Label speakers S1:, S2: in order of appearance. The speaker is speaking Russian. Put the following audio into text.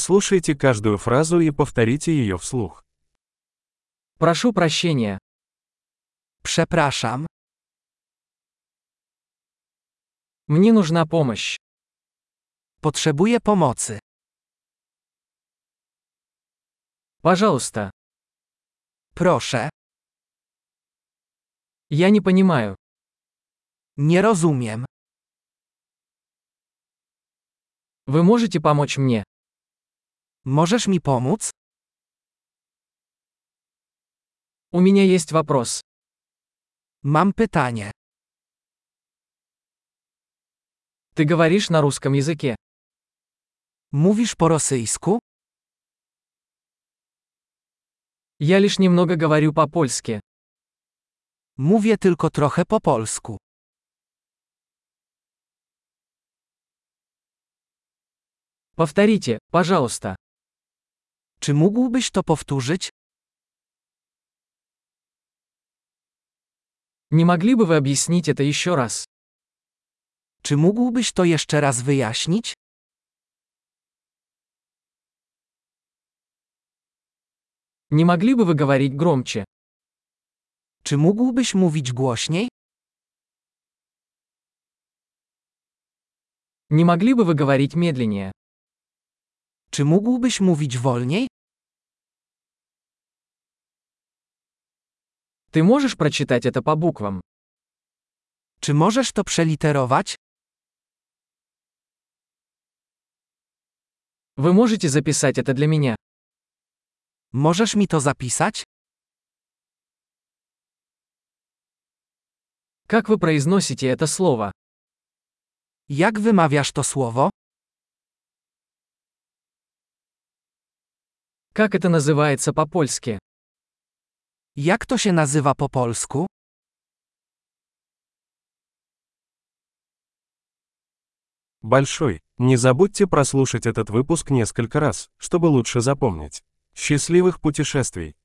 S1: Прослушайте каждую фразу и повторите ее вслух.
S2: Прошу прощения. Przepraszam. Мне нужна помощь. Potrzebuję pomocy. Пожалуйста. Proszę. Я не понимаю. Не rozumiem. Вы можете помочь мне? Можешь мне помочь? У меня есть вопрос. Мам питание. Ты говоришь на русском языке? Мувишь по-российску? Я лишь немного говорю по-польски. Mówię tylko trochę po polsku. Повторите, пожалуйста. Czy mógłbyś to powtórzyć? Не могли бы вы объяснить это еще раз? Czy mógłbyś to jeszcze raz wyjaśnić? Не могли бы вы говорить громче? Czy mógłbyś mówić głośniej? Не могли бы вы говорить медленнее? Czy mógłbyś mówić wolniej? Ты можешь прочитать это по буквам? Czy możesz to przeliterować? Вы можете записать это для меня? Możesz mi to zapisać? Как вы произносите это слово? Jak wymawiasz to słowo? Как это называется по-польски? Jak to się nazywa po polsku?
S1: Большой. Не забудьте прослушать этот выпуск несколько раз, чтобы лучше запомнить. Счастливых путешествий!